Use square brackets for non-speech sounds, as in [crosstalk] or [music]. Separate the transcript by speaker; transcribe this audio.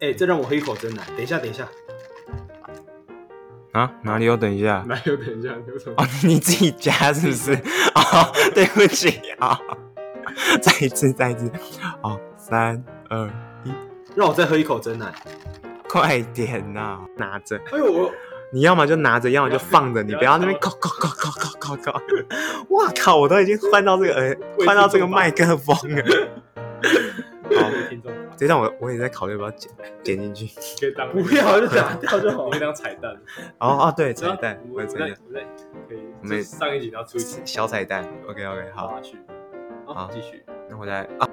Speaker 1: 哎、这让我喝一口真奶。等一下，等一下，
Speaker 2: 啊，哪里有等一下？
Speaker 1: 哪有等一下？有什么？
Speaker 2: 哦， [laughs] 你自己加是不是？哦， [laughs] 对不起啊、 [laughs] 再一次，再一次，哦，三二，
Speaker 1: 让我再喝一口真奶。
Speaker 2: 快点呐、拿着，
Speaker 1: 哎呦，我
Speaker 2: 你要么就拿着，要么就放着，你不
Speaker 1: 不要
Speaker 2: 要那边
Speaker 1: 吵
Speaker 2: 靠靠靠靠靠靠靠，哇靠，我都已经换到这个
Speaker 1: 置
Speaker 2: 呃，换到这个
Speaker 1: 中吧
Speaker 2: 麦克风了。好，
Speaker 3: 听众
Speaker 2: 这让我我也在考虑要不要剪剪进去。
Speaker 3: 可以当
Speaker 1: 不要就打掉就好
Speaker 3: 你可以当彩蛋。
Speaker 2: 哦哦，对，彩
Speaker 3: 对
Speaker 2: 蛋，
Speaker 3: 我
Speaker 2: 我
Speaker 3: 们
Speaker 2: 有
Speaker 3: 在
Speaker 2: 彩蛋，
Speaker 3: 我们在可以
Speaker 2: 我们
Speaker 3: 就是上一集然后出一次
Speaker 2: 小彩蛋。OK OK，好，
Speaker 3: 花絮。
Speaker 2: 好
Speaker 3: 好，继续。
Speaker 2: 那我再啊，